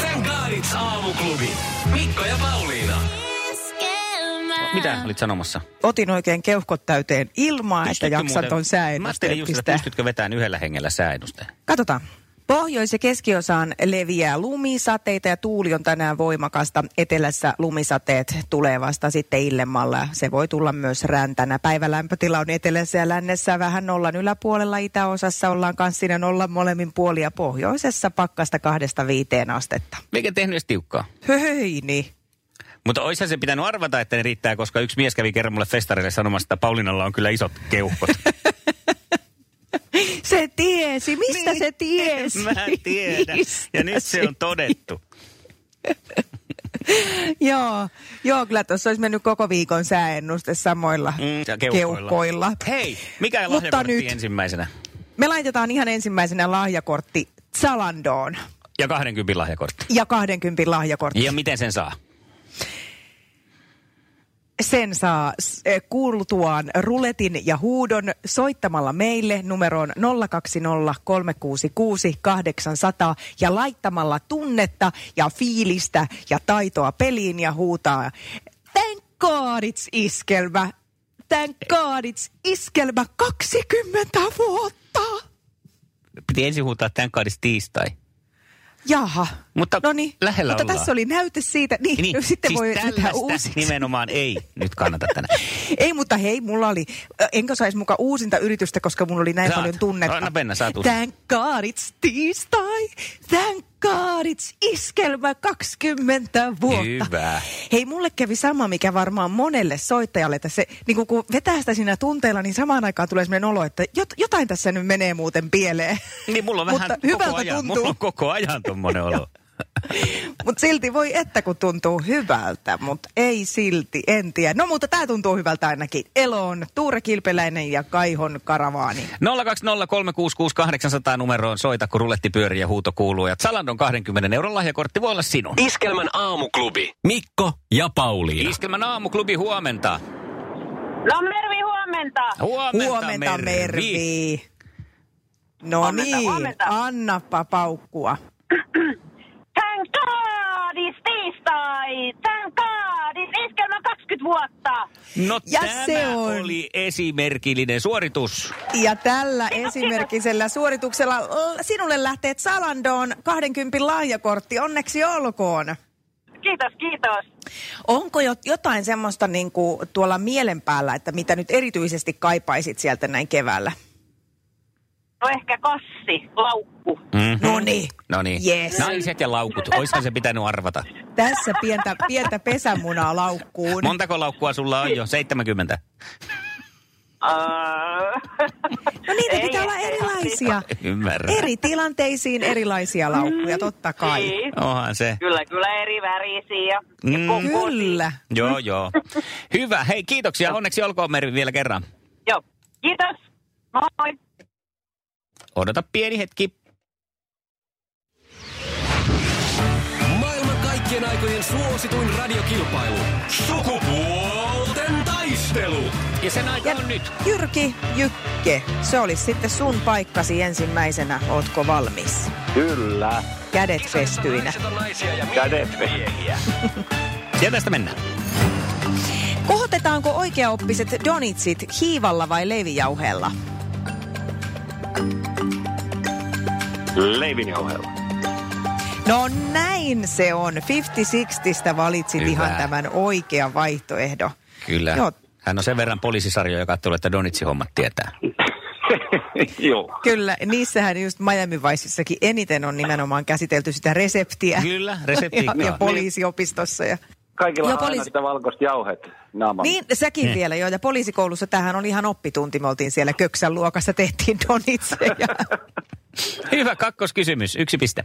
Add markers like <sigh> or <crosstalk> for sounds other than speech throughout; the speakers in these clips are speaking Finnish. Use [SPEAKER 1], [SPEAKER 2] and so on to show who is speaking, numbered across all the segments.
[SPEAKER 1] Thank God it's aamuklubi. Mikko ja Pauliina.
[SPEAKER 2] Mitä olit sanomassa?
[SPEAKER 3] Otin oikein keuhkot täyteen ilmaa, että
[SPEAKER 2] Pystytkö
[SPEAKER 3] jaksan
[SPEAKER 2] muuten-
[SPEAKER 3] ton
[SPEAKER 2] Mä ajattelin
[SPEAKER 3] sääennusteen
[SPEAKER 2] just, että
[SPEAKER 3] pistää.
[SPEAKER 2] pystytkö vetämään yhdellä hengellä sääennusteen?
[SPEAKER 3] Katsotaan. Pohjois- ja keskiosaan leviää lumisateita ja tuuli on tänään voimakasta. Etelässä lumisateet tulee vasta sitten illemmalla. Se voi tulla myös räntänä. Päivälämpötila on etelässä ja lännessä vähän nollan yläpuolella. Itäosassa ollaan kanssa siinä nollan molemmin puolia. Pohjoisessa pakkasta kahdesta viiteen astetta.
[SPEAKER 2] Eikä tehnyt edes tiukkaa.
[SPEAKER 3] Höhöini. Niin.
[SPEAKER 2] Mutta oishan se pitänyt arvata, että ne riittää, koska yksi mies kävi kerran mulle festarille sanomassa, että Paulinalla on kyllä isot
[SPEAKER 3] <laughs>
[SPEAKER 2] keuhkot.
[SPEAKER 3] Se tiesi. Mistä niin. se tiesi?
[SPEAKER 2] Mä en tiedä. Ja nyt se
[SPEAKER 3] siis.
[SPEAKER 2] on todettu.
[SPEAKER 3] <laughs> Joo, joo, kyllä tuossa olisi mennyt koko viikon sääennuste samoilla
[SPEAKER 2] Mm, ja keuhkoilla.
[SPEAKER 3] keuhkoilla. keuhkoilla.
[SPEAKER 2] Hei, mikä
[SPEAKER 3] Mutta
[SPEAKER 2] lahjakortti
[SPEAKER 3] nyt-
[SPEAKER 2] ensimmäisenä?
[SPEAKER 3] Me laitetaan ihan ensimmäisenä lahjakortti Zalandoon
[SPEAKER 2] Ja 20 lahjakortti.
[SPEAKER 3] ja 20 lahjakortti.
[SPEAKER 2] Ja miten sen saa?
[SPEAKER 3] Sen saa s- eh, kuultuaan ruletin ja huudon soittamalla meille numeroon 020 366 800 ja laittamalla tunnetta ja fiilistä ja taitoa peliin ja huutaa Thank God it's iskelmä! Thank God it's iskelmä 20 vuotta!
[SPEAKER 2] Piti ensin huutaa tämän kaadis tiistai.
[SPEAKER 3] Jaha.
[SPEAKER 2] Mutta
[SPEAKER 3] Noniin.
[SPEAKER 2] lähellä
[SPEAKER 3] Mutta
[SPEAKER 2] ollaan.
[SPEAKER 3] tässä oli näyte siitä. Niin, niin. sitten
[SPEAKER 2] siis
[SPEAKER 3] voi vetää
[SPEAKER 2] tällaista
[SPEAKER 3] uusiksi.
[SPEAKER 2] nimenomaan ei nyt kannata tänään.
[SPEAKER 3] Ei, mutta hei, mulla oli, ö, enkä saisi muka uusinta yritystä, koska mulla oli näin
[SPEAKER 2] Saat.
[SPEAKER 3] paljon tunnetta.
[SPEAKER 2] Anna mennä, saat uusin.
[SPEAKER 3] Thank God it's tiistai, thank God it's iskelmä 20 vuotta.
[SPEAKER 2] Hyvä.
[SPEAKER 3] Hei, mulle kävi sama, mikä varmaan monelle soittajalle tässä, niin kun, kun vetää sitä siinä tunteella, niin samaan aikaan tulee sellainen olo, että jot, jotain tässä nyt menee muuten pieleen. <laughs>
[SPEAKER 2] Niin mulla on
[SPEAKER 3] Mutta
[SPEAKER 2] vähän
[SPEAKER 3] hyvältä
[SPEAKER 2] koko ajan,
[SPEAKER 3] tuntuu.
[SPEAKER 2] mulla on koko ajan tommonen <laughs> olo.
[SPEAKER 3] Mutta silti voi että kun tuntuu hyvältä, mutta ei silti, en tiedä. No mutta tämä tuntuu hyvältä ainakin. Eloon, Tuure Kilpeläinen ja Kaihon Karavaani.
[SPEAKER 2] 020366800 numeroon soita, kun ruletti pyörii ja huuto kuuluu. Ja Zalandon 20 euron lahjakortti voi olla sinun.
[SPEAKER 1] Iskelmän aamuklubi. Mikko ja Pauliina.
[SPEAKER 2] Iskelmän aamuklubi huomenta.
[SPEAKER 4] No Mervi, huomenta.
[SPEAKER 2] Huomenta,
[SPEAKER 3] Huomenta
[SPEAKER 2] Mervi.
[SPEAKER 3] Mervi. No
[SPEAKER 4] Huomenta,
[SPEAKER 3] niin,
[SPEAKER 4] huomenta.
[SPEAKER 3] annappa paukkua.
[SPEAKER 4] Thank God it's tiistai. Thank God it's iskelmä 20 vuotta.
[SPEAKER 2] No
[SPEAKER 3] Ja
[SPEAKER 2] tämä
[SPEAKER 3] se on.
[SPEAKER 2] oli esimerkillinen suoritus.
[SPEAKER 3] Ja tällä esimerkisellä suorituksella l- sinulle lähtee Zalandoon 20 lahjakortti. Onneksi olkoon.
[SPEAKER 4] Kiitos, kiitos.
[SPEAKER 3] Onko jo- jotain semmoista niin kuin tuolla mielen päällä, että mitä nyt erityisesti kaipaisit sieltä näin keväällä?
[SPEAKER 4] No ehkä kassi, laukku.
[SPEAKER 2] Mm.
[SPEAKER 3] No niin.
[SPEAKER 2] No niin.
[SPEAKER 3] Yes.
[SPEAKER 2] Naiset ja laukut. Oishan se pitänyt arvata.
[SPEAKER 3] Tässä pientä, pientä pesämunaa laukkuun.
[SPEAKER 2] Montako laukkua sulla on jo? 70.
[SPEAKER 4] Öö,
[SPEAKER 3] No niitä
[SPEAKER 4] Ei,
[SPEAKER 3] pitää olla
[SPEAKER 4] ei, ei,
[SPEAKER 3] erilaisia.
[SPEAKER 2] <laughs> Ymmärrän.
[SPEAKER 3] Eri tilanteisiin erilaisia laukkuja, totta kai.
[SPEAKER 4] Niin.
[SPEAKER 2] Onhan se.
[SPEAKER 4] Kyllä, kyllä eri värisiä. ja- Ja
[SPEAKER 2] Mm.
[SPEAKER 4] kokoisia.
[SPEAKER 3] Kyllä.
[SPEAKER 2] Joo, joo. Hyvä. Hei, kiitoksia. Onneksi olkoon Mervi vielä kerran.
[SPEAKER 4] Joo. Kiitos. Moi.
[SPEAKER 2] Odota pieni hetki.
[SPEAKER 1] Maailman kaikkien aikojen suosituin radiokilpailu. Sukupuolten taistelu.
[SPEAKER 2] Ja sen aika
[SPEAKER 3] Ja
[SPEAKER 2] on nyt.
[SPEAKER 3] Jyrki Jykke, se olisi sitten sun paikkasi ensimmäisenä. Ootko valmis?
[SPEAKER 5] Kyllä,
[SPEAKER 3] Kädet festyinä.
[SPEAKER 5] kädet
[SPEAKER 2] Ja tästä mennään.
[SPEAKER 3] Kohotetaanko oikeaoppiset donitsit hiivalla vai leivijauheella?
[SPEAKER 5] leivinjauheella.
[SPEAKER 3] No näin se on. 50-60stä valitsit
[SPEAKER 2] Hyvä.
[SPEAKER 3] ihan tämän oikean vaihtoehdon.
[SPEAKER 2] Kyllä.
[SPEAKER 3] Joo.
[SPEAKER 2] Hän on sen verran poliisisarjoja katsonut, että Donitsi hommat tietää.
[SPEAKER 5] <laughs> Joo,
[SPEAKER 3] Kyllä, niissähän just Miami Viceissakin eniten on nimenomaan käsitelty sitä reseptiä.
[SPEAKER 2] Kyllä, resepti.
[SPEAKER 3] ja, ja
[SPEAKER 2] joo.
[SPEAKER 3] poliisiopistossa. Ja...
[SPEAKER 5] kaikilla
[SPEAKER 3] Joo,
[SPEAKER 5] on aina
[SPEAKER 3] poliisi-
[SPEAKER 5] sitä valkoista jauhet naaman.
[SPEAKER 3] Niin, säkin
[SPEAKER 2] Niin.
[SPEAKER 3] vielä joo. Ja poliisikoulussa tähän on ihan oppitunti. Me oltiin siellä Köksän luokassa, tehtiin donitseja.
[SPEAKER 2] <laughs> Hyvä, kakkoskysymys. Yksi piste.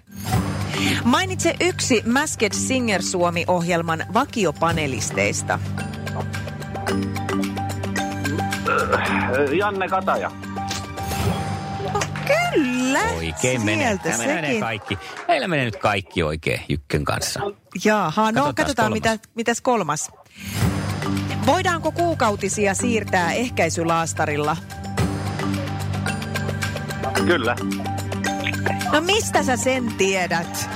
[SPEAKER 3] Mainitse yksi Masked Singer Suomi-ohjelman vakiopanelisteista.
[SPEAKER 5] Ö, Janne Kataja.
[SPEAKER 3] No, kyllä,
[SPEAKER 2] Oikein menee.
[SPEAKER 3] sieltä
[SPEAKER 2] Meillä menee
[SPEAKER 3] sekin.
[SPEAKER 2] kaikki. Meillä menee nyt kaikki oikein Jykken kanssa.
[SPEAKER 3] Jaaha, no
[SPEAKER 2] Katsotaas
[SPEAKER 3] katsotaan, katsotaan
[SPEAKER 2] kolmas.
[SPEAKER 3] mitä, mitäs kolmas. Voidaanko kuukautisia siirtää ehkäisylaastarilla?
[SPEAKER 5] Kyllä.
[SPEAKER 3] No mistä sä sen tiedät?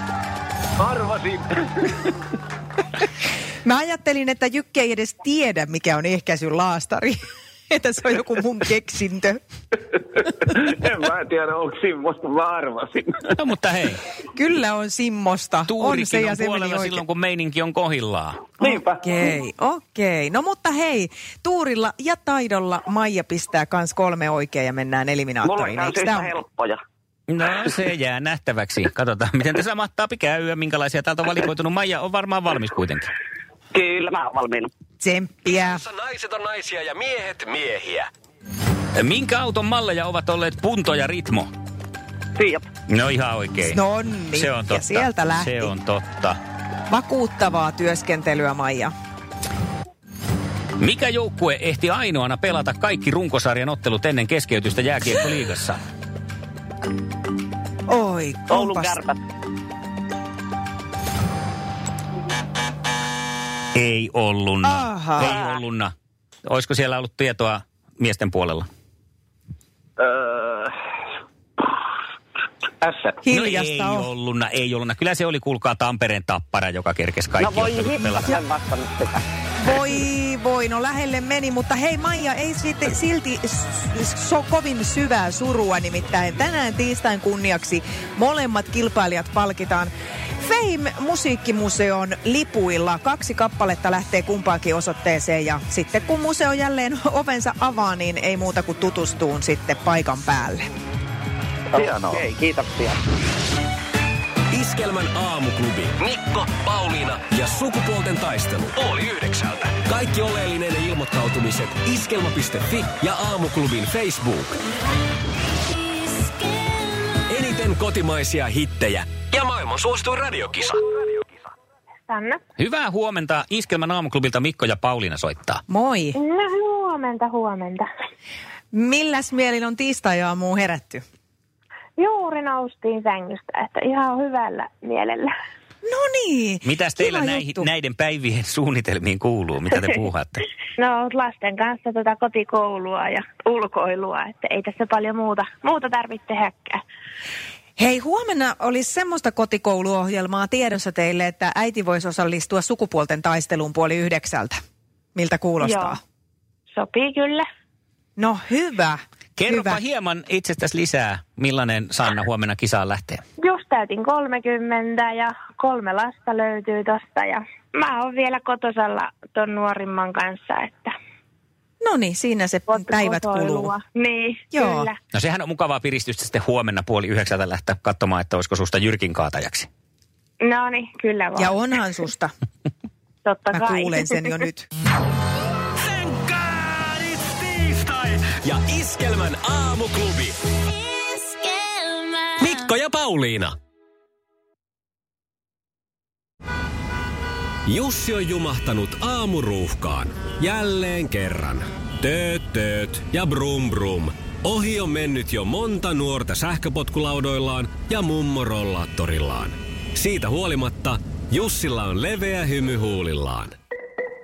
[SPEAKER 5] Arvasin. <laughs>
[SPEAKER 3] Mä ajattelin, että Jykke ei edes tiedä, mikä on ehkäisylaastari. <laughs> että se on joku mun keksintö.
[SPEAKER 5] en mä tiedä, onko Simmosta, mä arvasin.
[SPEAKER 2] No mutta hei,
[SPEAKER 3] Kyllä <laughs> on simmosta.
[SPEAKER 2] tuurikin on,
[SPEAKER 3] on se ja se meni
[SPEAKER 2] puolella
[SPEAKER 3] oikein.
[SPEAKER 2] silloin, kun meininki on kohillaan.
[SPEAKER 5] Niinpä.
[SPEAKER 3] Okei, okei. No mutta hei, tuurilla ja taidolla Maija pistää kans kolme oikein ja mennään
[SPEAKER 5] Mulla
[SPEAKER 3] eliminaattoriin.
[SPEAKER 5] on
[SPEAKER 3] Eikö
[SPEAKER 5] yhtä
[SPEAKER 3] tää ole?
[SPEAKER 5] helppoja.
[SPEAKER 2] No se jää nähtäväksi. Katsotaan, miten tässä mahtaa käydä, minkälaisia täältä on valikoitunut. Maija on varmaan valmis kuitenkin.
[SPEAKER 5] Kyllä, mä oon valmiina.
[SPEAKER 3] Tsemppiä.
[SPEAKER 1] Tässä naiset on naisia ja miehet miehiä.
[SPEAKER 2] Minkä auton malleja ovat ollet Punto ja Ritmo?
[SPEAKER 5] Siia.
[SPEAKER 2] No ihan oikein.
[SPEAKER 3] Nonni.
[SPEAKER 2] se on totta.
[SPEAKER 3] Ja sieltä lähti.
[SPEAKER 2] Se on totta.
[SPEAKER 3] Vakuuttavaa työskentelyä, Maija.
[SPEAKER 2] Mikä joukkue ehti ainoana pelata kaikki runkosarjan ottelut ennen keskeytystä jääkiekkoliigassa?
[SPEAKER 3] Oi,
[SPEAKER 5] Oulun
[SPEAKER 3] onpas.
[SPEAKER 2] No
[SPEAKER 5] kärpät.
[SPEAKER 2] Ei ollunna.
[SPEAKER 3] Ahaa.
[SPEAKER 2] Ei ollunna. Olisiko siellä ollut tietoa miesten puolella?
[SPEAKER 5] Öö, S.
[SPEAKER 3] Hiljasta
[SPEAKER 2] no ei
[SPEAKER 3] on.
[SPEAKER 2] ollunna, ei ollunna. Kyllä se oli, kuulkaa, Tampereen tappara, joka kerkesi kaikki
[SPEAKER 5] No voi
[SPEAKER 2] ottelut pelata.
[SPEAKER 5] hitto, en vastannut sitä.
[SPEAKER 3] Voi, voi, no lähelle meni, mutta hei Maija, ei silti, silti s- so, kovin syvää surua nimittäin. Tänään tiistain kunniaksi molemmat kilpailijat palkitaan Fame Musiikkimuseon lipuilla. Kaksi kappaletta lähtee kumpaankin osoitteeseen ja sitten kun museo jälleen ovensa avaa, niin ei muuta kuin tutustuun sitten paikan päälle.
[SPEAKER 5] Hienoa. Okei, kiitoksia.
[SPEAKER 1] Iskelmän aamuklubi. Mikko, Pauliina ja sukupuolten taistelu. Oli yhdeksältä. Kaikki oleellinen ilmoittautumiset iskelma.fi ja aamuklubin Facebook. Eniten kotimaisia hittejä ja maailman suosituin radiokisa.
[SPEAKER 6] Sanna.
[SPEAKER 2] Hyvää huomenta. Iskelmän aamuklubilta Mikko ja Pauliina soittaa.
[SPEAKER 3] Moi!
[SPEAKER 6] No huomenta, huomenta.
[SPEAKER 3] Milläs mielin on tiistai-aamuun herätty?
[SPEAKER 6] Juuri noustiin sängystä, että ihan hyvällä mielellä.
[SPEAKER 3] No niin.
[SPEAKER 2] Mitäs teillä
[SPEAKER 3] kiva
[SPEAKER 2] näihin,
[SPEAKER 3] juttu.
[SPEAKER 2] näiden päivien suunnitelmiin kuuluu? Mitä te puuhaatte?
[SPEAKER 6] No lasten kanssa tätä kotikoulua ja ulkoilua, että ei tässä paljon muuta, muuta tarvitse tehdäkään.
[SPEAKER 3] Hei, huomenna olisi semmoista kotikouluohjelmaa tiedossa teille, että äiti voisi osallistua sukupuolten taisteluun puoli yhdeksältä. Miltä kuulostaa?
[SPEAKER 6] Joo. Sopii kyllä.
[SPEAKER 3] No hyvä.
[SPEAKER 2] Kerropa
[SPEAKER 3] hyvä.
[SPEAKER 2] hieman itsestäsi lisää, millainen Sanna huomenna kisaan lähtee.
[SPEAKER 6] Just täytin 30 ja kolme lasta löytyy tosta ja mä oon vielä kotosalla ton nuorimman kanssa, että
[SPEAKER 3] No niin, siinä se päivät kuluu.
[SPEAKER 6] kotoilua. Niin,
[SPEAKER 3] Joo.
[SPEAKER 6] Joo. kyllä.
[SPEAKER 2] No sehän on mukavaa piristystä sitten huomenna puoli yhdeksältä lähteä katsomaan, että olisiko susta Jyrkin kaatajaksi.
[SPEAKER 6] No niin, kyllä vaan.
[SPEAKER 3] Ja onhan susta.
[SPEAKER 6] Totta
[SPEAKER 3] Mä
[SPEAKER 6] kai.
[SPEAKER 3] kuulen sen jo nyt.
[SPEAKER 1] Thank God it's tiistai! ja Iskelmän aamuklubi. Mikko ja Pauliina. Jussi on jumahtanut aamuruuhkaan. Jälleen kerran. Tööt, tööt ja brum brum. Ohi on mennyt jo monta nuorta sähköpotkulaudoillaan ja mummorollaattorillaan. Siitä huolimatta Jussilla on leveä hymy huulillaan.